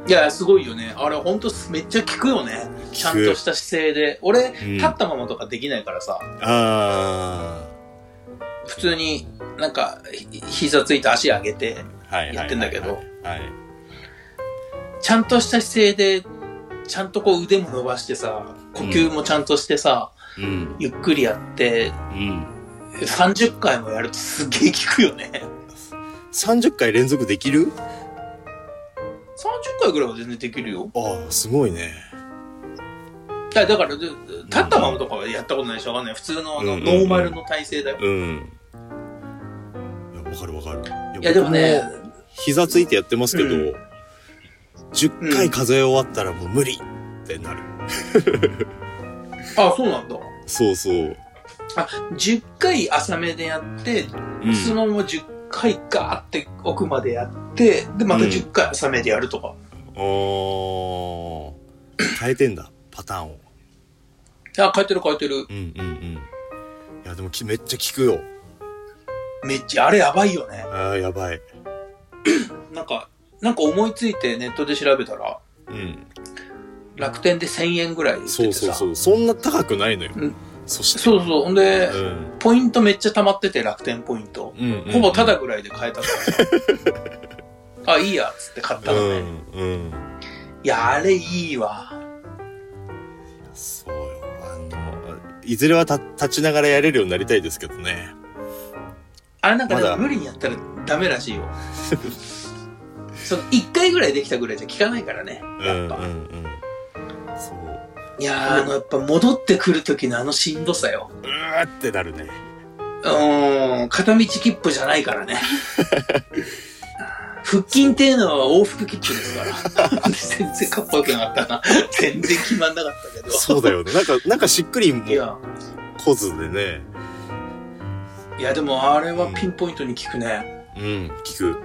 S1: いや、すごいよね。あれ、ほんとめっちゃ効くよね。ちゃんとした姿勢で。俺、
S2: うん
S1: 立ったままとかできないからさ、
S2: あ
S1: 普通になんか、ひ膝ついて足上げて、
S2: あ、はいはいはいはい。
S1: やってんだけど
S2: はい。
S1: ちゃんとした姿勢で、ちゃんとこう腕も伸ばしてさ、呼吸もちゃんとしてさ、
S2: うん。
S1: ゆっくりやって、
S2: うん。
S1: 30回もやるとすっげえ効くよね。
S2: 30回連続できる
S1: 30回ぐらいは全然できるよ。
S2: ああ、すごいね。
S1: だだから、で立ったままとかはやったことないでしょわかんない。普通のあの
S2: うんうん
S1: ノ
S2: うん
S1: ーマルの体勢だよ。
S2: うん。いや、わかるわかる。
S1: いや、でもね、、
S2: 僕膝ついてやってますけど、
S1: うん
S2: 10回数え終わったらもう無理ってなる。
S1: あ、そうなんだ。
S2: そうそう。
S1: 10回浅めでやって、
S2: うん
S1: そのまま10回ガーって奥までやって、で、また
S2: うん
S1: 10回浅めでやるとか。
S2: おー変えてんだパターンを
S1: あ、変えてる変えてる。
S2: うんうんうんいやでもきめっちゃ効くよ
S1: めっちゃ、あれやばいよね。
S2: あーやばい
S1: なんか、なんか思いついてネットで調べたら、
S2: うん
S1: 楽天で1000円ぐらい売って
S2: そう
S1: て
S2: そう
S1: さ。
S2: そううそんな高くないのよ、
S1: うん
S2: そして
S1: そうそう。ほんで、
S2: うん
S1: ポイントめっちゃ溜まってて、楽天ポイント。
S2: うんうん
S1: ほぼタダぐらいで買えたからさ。
S2: [LAUGHS]
S1: あ、いいや、つって買った
S2: う
S1: のね。
S2: んうん
S1: いや、あれいいわ。
S2: そうよあのいずれはた立ちながらやれるようになりたいですけどね
S1: あれなんかで
S2: まだ
S1: も無理にやったらダメらしいよ。 [LAUGHS] その1回ぐらいできたぐらいじゃ効かないからね。やっぱ。
S2: うんうんうんそう
S1: いやー、あの、やっぱ戻ってくる時のあのしんどさよ。
S2: うーってなるね
S1: うーん、片道切符じゃないからね。 [LAUGHS] 腹筋っていうのは往復切符ですから。 [LAUGHS] 全然かっこよくなかったな。全然決まんなかったけど。
S2: [LAUGHS] そうだよねなんかなんかしっくりも
S1: いや、
S2: こずでね
S1: いやでもあれはピンポイントに効くね。
S2: うん聞く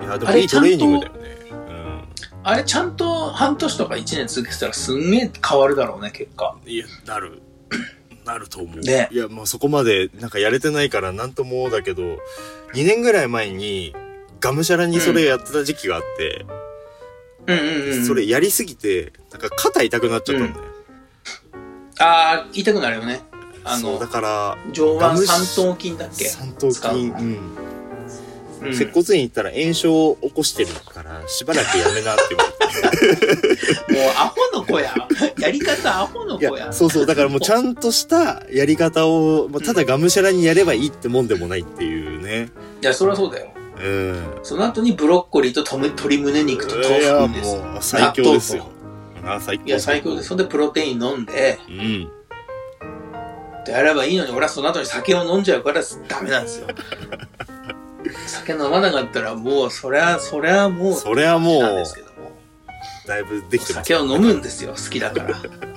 S2: いやでも
S1: あれ
S2: いいトレーニングだよねうん
S1: あれちゃんと半年とか1年続けてたらすんげえ変わるだろうね、結果。
S2: いや、なる。 [COUGHS] なると思う。
S1: ね
S2: いや、まあそこまで、なんかやれてないからなんともだけど、2年ぐらい前に、がむしゃらにそれやってた時期があって、
S1: うんうんうん。
S2: それやりすぎて、なんか肩痛くなっちゃったんだよ。
S1: ああ、痛くなるよね。あ
S2: そう、
S1: の、
S2: だから、
S1: 上
S2: ガム
S1: 腕
S2: シ
S1: 三頭筋だっけ
S2: 三頭筋、
S1: 使う
S2: うん。
S1: うん
S2: 接骨院行ったら炎症を起こしてるから、しばらくやめなっ
S1: [LAUGHS]
S2: て言われて。
S1: もうアホの子や。 [LAUGHS] やり方アホの
S2: い
S1: 子や。
S2: や、そうそう、だからもうちゃんとしたやり方
S1: [LAUGHS]
S2: を、まあ、ただがむしゃらにやればいいってもんでもないっていうね。
S1: いや、そりゃそうだよ。
S2: うん。
S1: その後にブロッコリーととむ鶏胸肉と
S2: いや
S1: 豆腐です。
S2: もう最強ですよ。あ最高。
S1: いや、最高です。そんでプロテイン飲んで、
S2: うん。
S1: でやればいいのに、俺はその後に酒を飲んじゃうからダメなん [LAUGHS] ですよ。酒飲まなかったらもう、そりゃ、そりゃもう、
S2: それはも
S1: なん
S2: う
S1: です、けども。
S2: だいぶできてま
S1: 酒
S2: すよ。
S1: を飲むんですよ、好きだから。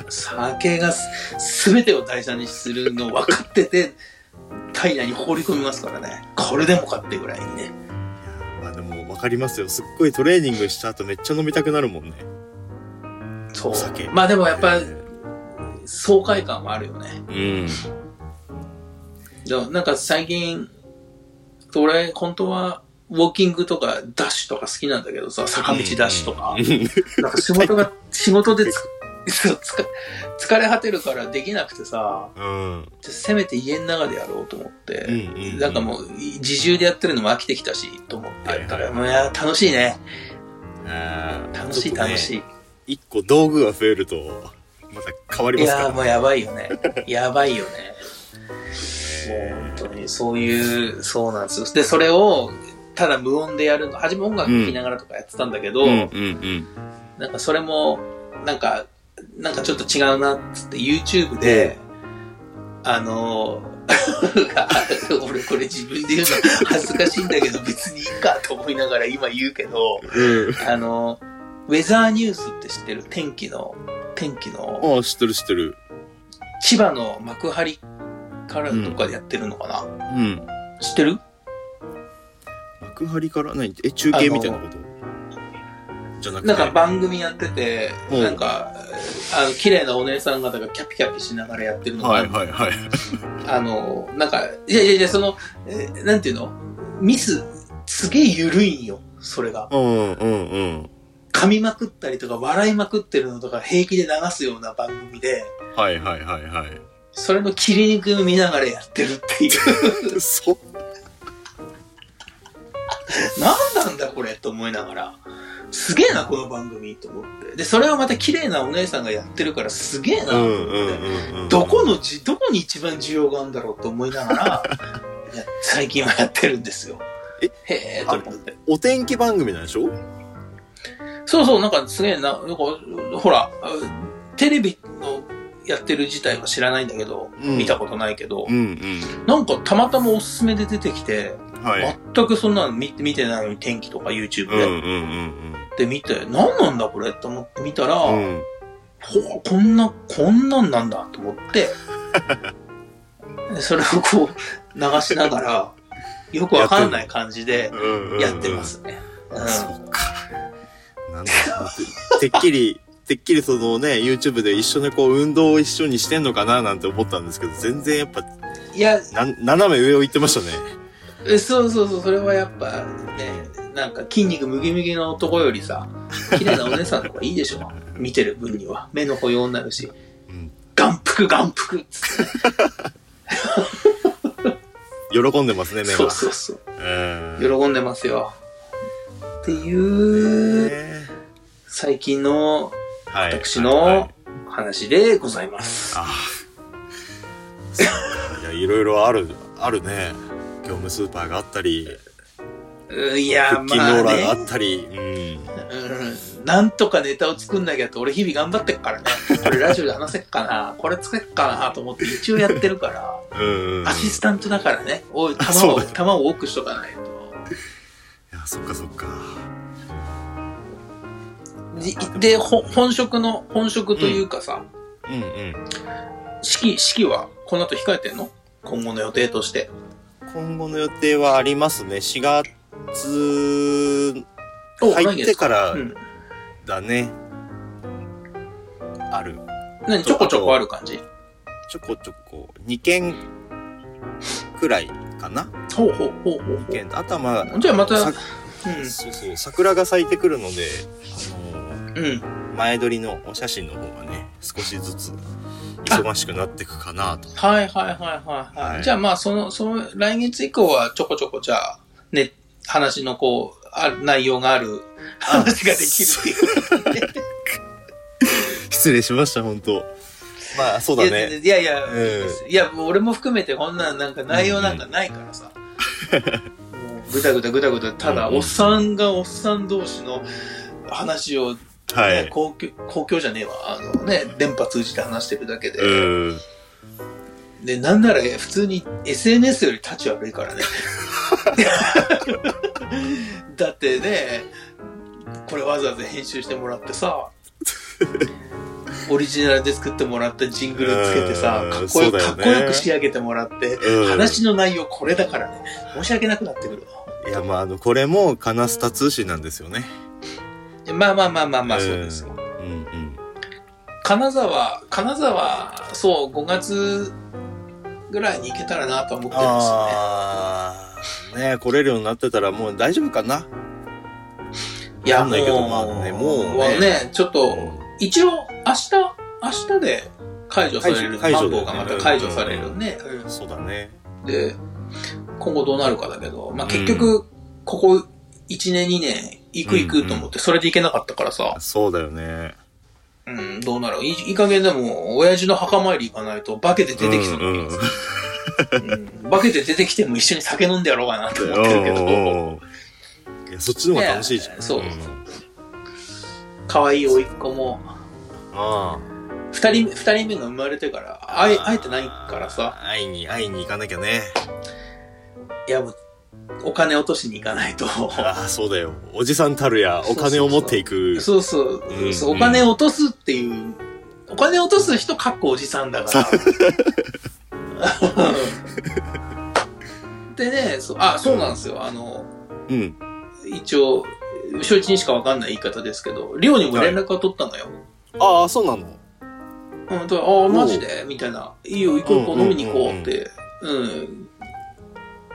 S1: 酒がす全てを大事にするの分かってて、体内に放り込みますからね。これでもかってぐらいにね。
S2: まあでも分かりますよ。すっごいトレーニングした後めっちゃ飲みたくなるもんね。
S1: そ
S2: お酒
S1: う。まあでもやっぱ
S2: え、ー
S1: 爽快感はあるよね。
S2: うん。
S1: じゃあなんか最近、俺、本当は、ウォーキングとか、ダッシュとか好きなんだけどさ、坂道ダッシュとか。なんか仕事が、仕事でつそうつか疲れ果てるからできなくてさ、
S2: うん。うん。
S1: じゃあせめて家の中でやろうと思って。
S2: うんうん。
S1: なんかもう、自重でやってるのも飽きてきたし、と思ってやったら、
S2: はいいはい
S1: や、楽しいね。
S2: あー、
S1: 楽しい、
S2: ちょっとね
S1: 楽しい。
S2: 一個道具が増えると、また変わり
S1: い
S2: ますから
S1: やー、もうやばいよね。やばいよ
S2: [LAUGHS]
S1: ね。もう本当に、そういう、そうなんですよ。で、それを、ただ無音でやるの、初め音楽聴きながらとかやってたんだけど、
S2: うんうん
S1: なんかそれも、なんか、なんかちょっと違うなっつって YouTube で、あの [LAUGHS] ー俺これ自分で言うの恥ずかしいんだけど別にいいかと思いながら今言うけど、
S2: うん。うん。
S1: あの、ウェザーニュースって知ってる天気の、天気の、
S2: ああ、知ってる知ってる。
S1: 千葉の幕張からとかでやってるのかな、
S2: うん。
S1: 知ってる
S2: 幕張から何え、中継みたいなことじゃなくて。
S1: なんか番組やってて、
S2: うん
S1: なんか、あの、綺麗なお姉さん方がキャピキャピしながらやってるのが、
S2: はいはいはい。
S1: あの、なんか、いやいやいや、その、えーなんていうのミス、すげえ緩いんよ、それが。
S2: うんうんうん。
S1: 噛みまくったりとか、笑いまくってるのとか、平気で流すような番組で、
S2: はいはいはいはい。
S1: それの切り肉見ながらやってるっていう。
S2: そ
S1: 何なんだこれと思いながら、すげえな、この番組と思って。で、それをまた綺麗なお姉さんがやってるからすげえなと
S2: う
S1: 思っ
S2: ん
S1: て、
S2: うんうんうん。
S1: どこのじ、どこに一番需要があるんだろうと思いなが
S2: [LAUGHS]
S1: ら、いや最近はやってるんですよ。
S2: え
S1: へえと思って。
S2: お天気番組なんでしょ
S1: そうそう、なんかすげえな、なんか、ほら、テレビのやってる自体は知らないんだけど、
S2: うん
S1: 見たことないけど、
S2: ん
S1: なんかたまたまおすすめで出てきて、
S2: うん。はい。
S1: 全くそんなの見見てないのに天気とか YouTube
S2: う
S1: で
S2: ん、うんうん
S1: で見て、何なんだこれと思って見たら、
S2: うん。うん。
S1: ほうこんな、こんなんなんだと思 [LAUGHS] って、でそれをこう流しながら、よくわかんない感じで
S2: うんうんうん
S1: やってま。すね。うん
S2: そうか。なんだててっきり、てっきりそのね、YouTube で一緒にこう運動を一緒にしてんのかななんて思ったんですけど、全然やっぱ、
S1: いや、
S2: なん斜め上を行ってましたね。
S1: えそうそうそう、それはやっぱね、なんか筋肉ムギムギの男よりさ、綺麗なお姉さんの方がいいでしょ。見てる分には。目の保養になるし、
S2: うん。
S1: 眼福眼福っつっ
S2: 喜んでますね、
S1: て。
S2: 目が。
S1: そうそうそう。
S2: うん。
S1: 喜んでますよ。っていう
S2: ね
S1: 最近の
S2: はい。
S1: 私
S2: はい
S1: の話でございます。
S2: ああ。いや、いろいろある、あるね。業務スーパーがあったり、
S1: うんいや、
S2: 腹筋ロ
S1: まあ
S2: ーラーがあ
S1: ね、
S2: ったり、うん。
S1: うん、なんとかネタを作んなきゃって、俺日々頑張ってっからね。これラジオで話せっかな、これ作れっかなと思って一応やってるから、
S2: うんうん。
S1: アシスタントだからね、おい、
S2: あ
S1: 球
S2: そう
S1: を、
S2: だ
S1: 球を多くしとかないと。
S2: いや、そっかそっか。
S1: でで、ほ本職の、本職というかさ、
S2: うんうん。
S1: 式、式はこの後控えてんの今後の予定として。
S2: 今後の予定はありますね。4月
S1: お
S2: 入って
S1: か
S2: から
S1: うん。
S2: だね。ある。
S1: 何、ちょこちょこある感じ
S2: ちょこちょこ、2件くらいかな。
S1: ほうほうほうほうほ
S2: 2件。あとはまあ
S1: う。じゃあまた、
S2: さ
S1: う
S2: そうそう、桜が咲いてくるので、あのー
S1: ん。うん。
S2: 前撮りのお写真の方がね、少しずつ忙しくなっていくかなと。
S1: はいはいはいはい、はい、
S2: はい
S1: じゃあまあその、その、来月以降はちょこちょこじゃあ、ね、話のこう、あ内容がある話ができるっていう。
S2: 失礼しました、本当まあ、そうだね。
S1: いやいや、いや
S2: うん
S1: いいですいや、もう俺も含めてこんななんか内容なんかないからさ。もうぐだぐだぐだぐだ、ただ、
S2: うんうん
S1: おっさんがおっさん同士の話を、ね
S2: はい。
S1: 公共、公共じゃねえわ、あのね、電波通じて話してるだけで。
S2: うん。
S1: で、なんならえ普通に SNS より立ち悪い
S2: [LAUGHS]
S1: からね。だってね、これわざわざ編集してもらってさ、オリジナルで作ってもらったジングルつけてさ
S2: う、ん
S1: かっこよ,、
S2: そうだ
S1: か
S2: よ
S1: っ
S2: ね
S1: こよく仕上げてもらって、
S2: うん
S1: 話の内容これだからね、申し訳なくなってくるわ。
S2: いや、まあ、あの、これも、カナスタ通信なんですよね。
S1: まあまあまあまあまあ、
S2: ん
S1: そうですよ。
S2: うんうん。
S1: 金沢、金沢、そう、5月ぐらいに行けたらなと思ってるんですよね。
S2: ああ、ね来れるようになってたらもう大丈夫かな。
S1: いや、
S2: わかんないけど
S1: もう
S2: まあねもうね
S1: ちょっと、一応、明日、明日で解除される。
S2: 解
S1: 解除
S2: 除解除だよね
S1: がまた解除されるね。
S2: そうだね。
S1: で、今後どうなるかだけど、まあ結局、ここ1年2年、行く行くと思って、それで行けなかったからさ、
S2: そうだよね。
S1: うん、どうなるいいいい加減でも、親父の墓参り行かないと、化けて出てきそう
S2: うんうん
S1: なうん化けて出てきても一緒に酒飲んでやろうかなと思ってるけ
S2: お
S1: ど、
S2: ーおーいや、そっちの方が楽しいじゃ
S1: ね
S2: ん。
S1: えそうん可愛い甥っ子も、
S2: あ
S1: 二人、二人目が生まれてから、
S2: あ。
S1: 会え、会えてないからさ、
S2: 会いに、会いに行かなきゃね。
S1: いや、もう、お金落としに行かないと。
S2: ああ、そうだよ。おじさんたるや、お金を持っていく。
S1: そうそう、
S2: うん
S1: そうお金落とすっていう、お金落とす人、かっこおじさんだから。でね、そう、あ、そうなんですよ。あの、
S2: うん。
S1: 一応、承知にしかわかんない言い方ですけど、寮にも連絡を取ったのよ。
S2: ああ、そうなの。
S1: うん、だからああ、マジでみたいな。いいよ、行こう行こう、飲みに行こうって、うん、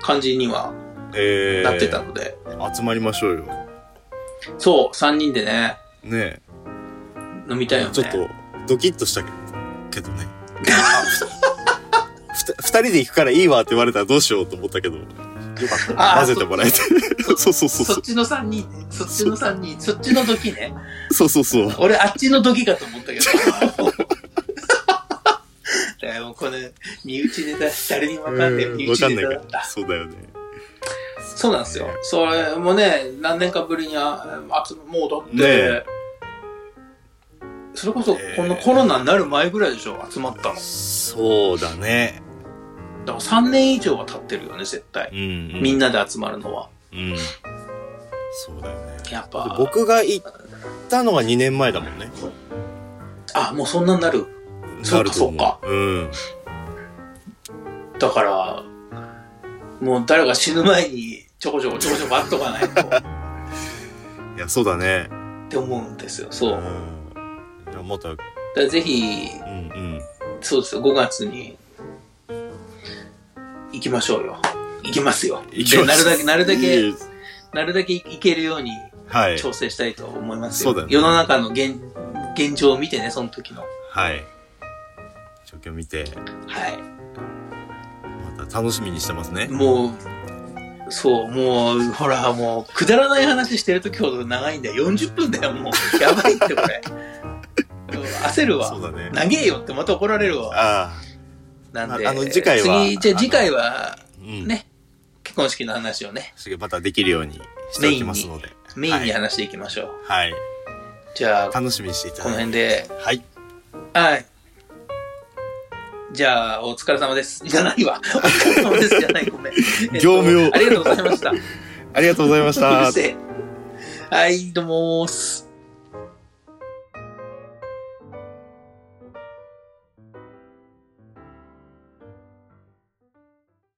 S1: 感じには
S2: ええ
S1: なってたので。
S2: 集まりましょうよ。
S1: そう、三人でね、
S2: ね
S1: 飲みたいよね。
S2: ちょっと、ドキッとしたけどけどね。 [LAUGHS] ふた二人で行くからいいわって言われたらどうしようと思ったけど、よかっ
S1: あー
S2: た。混ぜてもらえて。そう [LAUGHS] そうそうそ
S1: そっちの3人ね。そっちの3人。そっちの時ね。
S2: う。そうそうそう。
S1: 俺、あっちの時かと思ったけ
S2: [LAUGHS]
S1: ど。だからもうこれ、身内ネタ、誰にもわかんない身
S2: わか
S1: 内
S2: ん
S1: ネ
S2: ない
S1: タ
S2: け
S1: だ
S2: ど
S1: っ。た。
S2: そうだよね。
S1: そうなんですよ。それもね、何年かぶりにあ集まもうだって、
S2: ねえ
S1: それこそこのコロナになる前ぐらいでしょ、集まったの。だか
S2: そうだね。
S1: ら3年以上は経ってるよね、絶対
S2: う。ん、うん。
S1: みんなで集まるのは。
S2: うん。そうだよね。
S1: やっぱ、
S2: 僕が行ったのが2年前だもんね。
S1: あ、もうそんなになる。そうか
S2: なると思
S1: そう
S2: うん。
S1: だから、もう誰か死ぬ前にちょこちょこちょこちょこ会っとかないとっ
S2: いや、そうだね。
S1: て思うんですよ。そうう。だか
S2: ん。いや、また、うん
S1: らぜひ、
S2: うん。
S1: そうですよ、5月に行きましょうよ。行きますよ。
S2: 行きま
S1: でなる
S2: す
S1: だけ、なるだ
S2: い
S1: け、
S2: い
S1: なるだけ行けるように
S2: はい。
S1: 調整したいと思いますよ。
S2: そうだよね
S1: 世の中の現現状を見てね、その時の。
S2: はい。状況見て、
S1: は
S2: また楽しみにしてますね
S1: い。。もう、そう、もう、ほら、もう、くだらない話してる時ほど長いんだよ。40分だよ、も
S2: [LAUGHS]
S1: う。やばいって、これ。うん焦るわ
S2: そ。うだね。
S1: 長えよってまた怒られるわ。
S2: ああ、
S1: なんで、
S2: ああの次回は
S1: 次、じゃあ次回は
S2: うん。
S1: ね、結婚式の話をね、
S2: それまたできるようにしておきますので。
S1: メインに話していきましょう。
S2: はい。
S1: じゃあ、こ
S2: 楽しみにしていた
S1: の
S2: だい
S1: 辺
S2: て。
S1: で、
S2: はい。
S1: はい。じゃあ、お疲れ様
S2: [LAUGHS]
S1: です。じゃないわ。お疲れ様です。じゃない。ごめん。えっと
S2: 業務用 [LAUGHS]
S1: ありがとうございました。う [LAUGHS]
S2: ありがとうございました
S1: る。せえはい、どうもーす。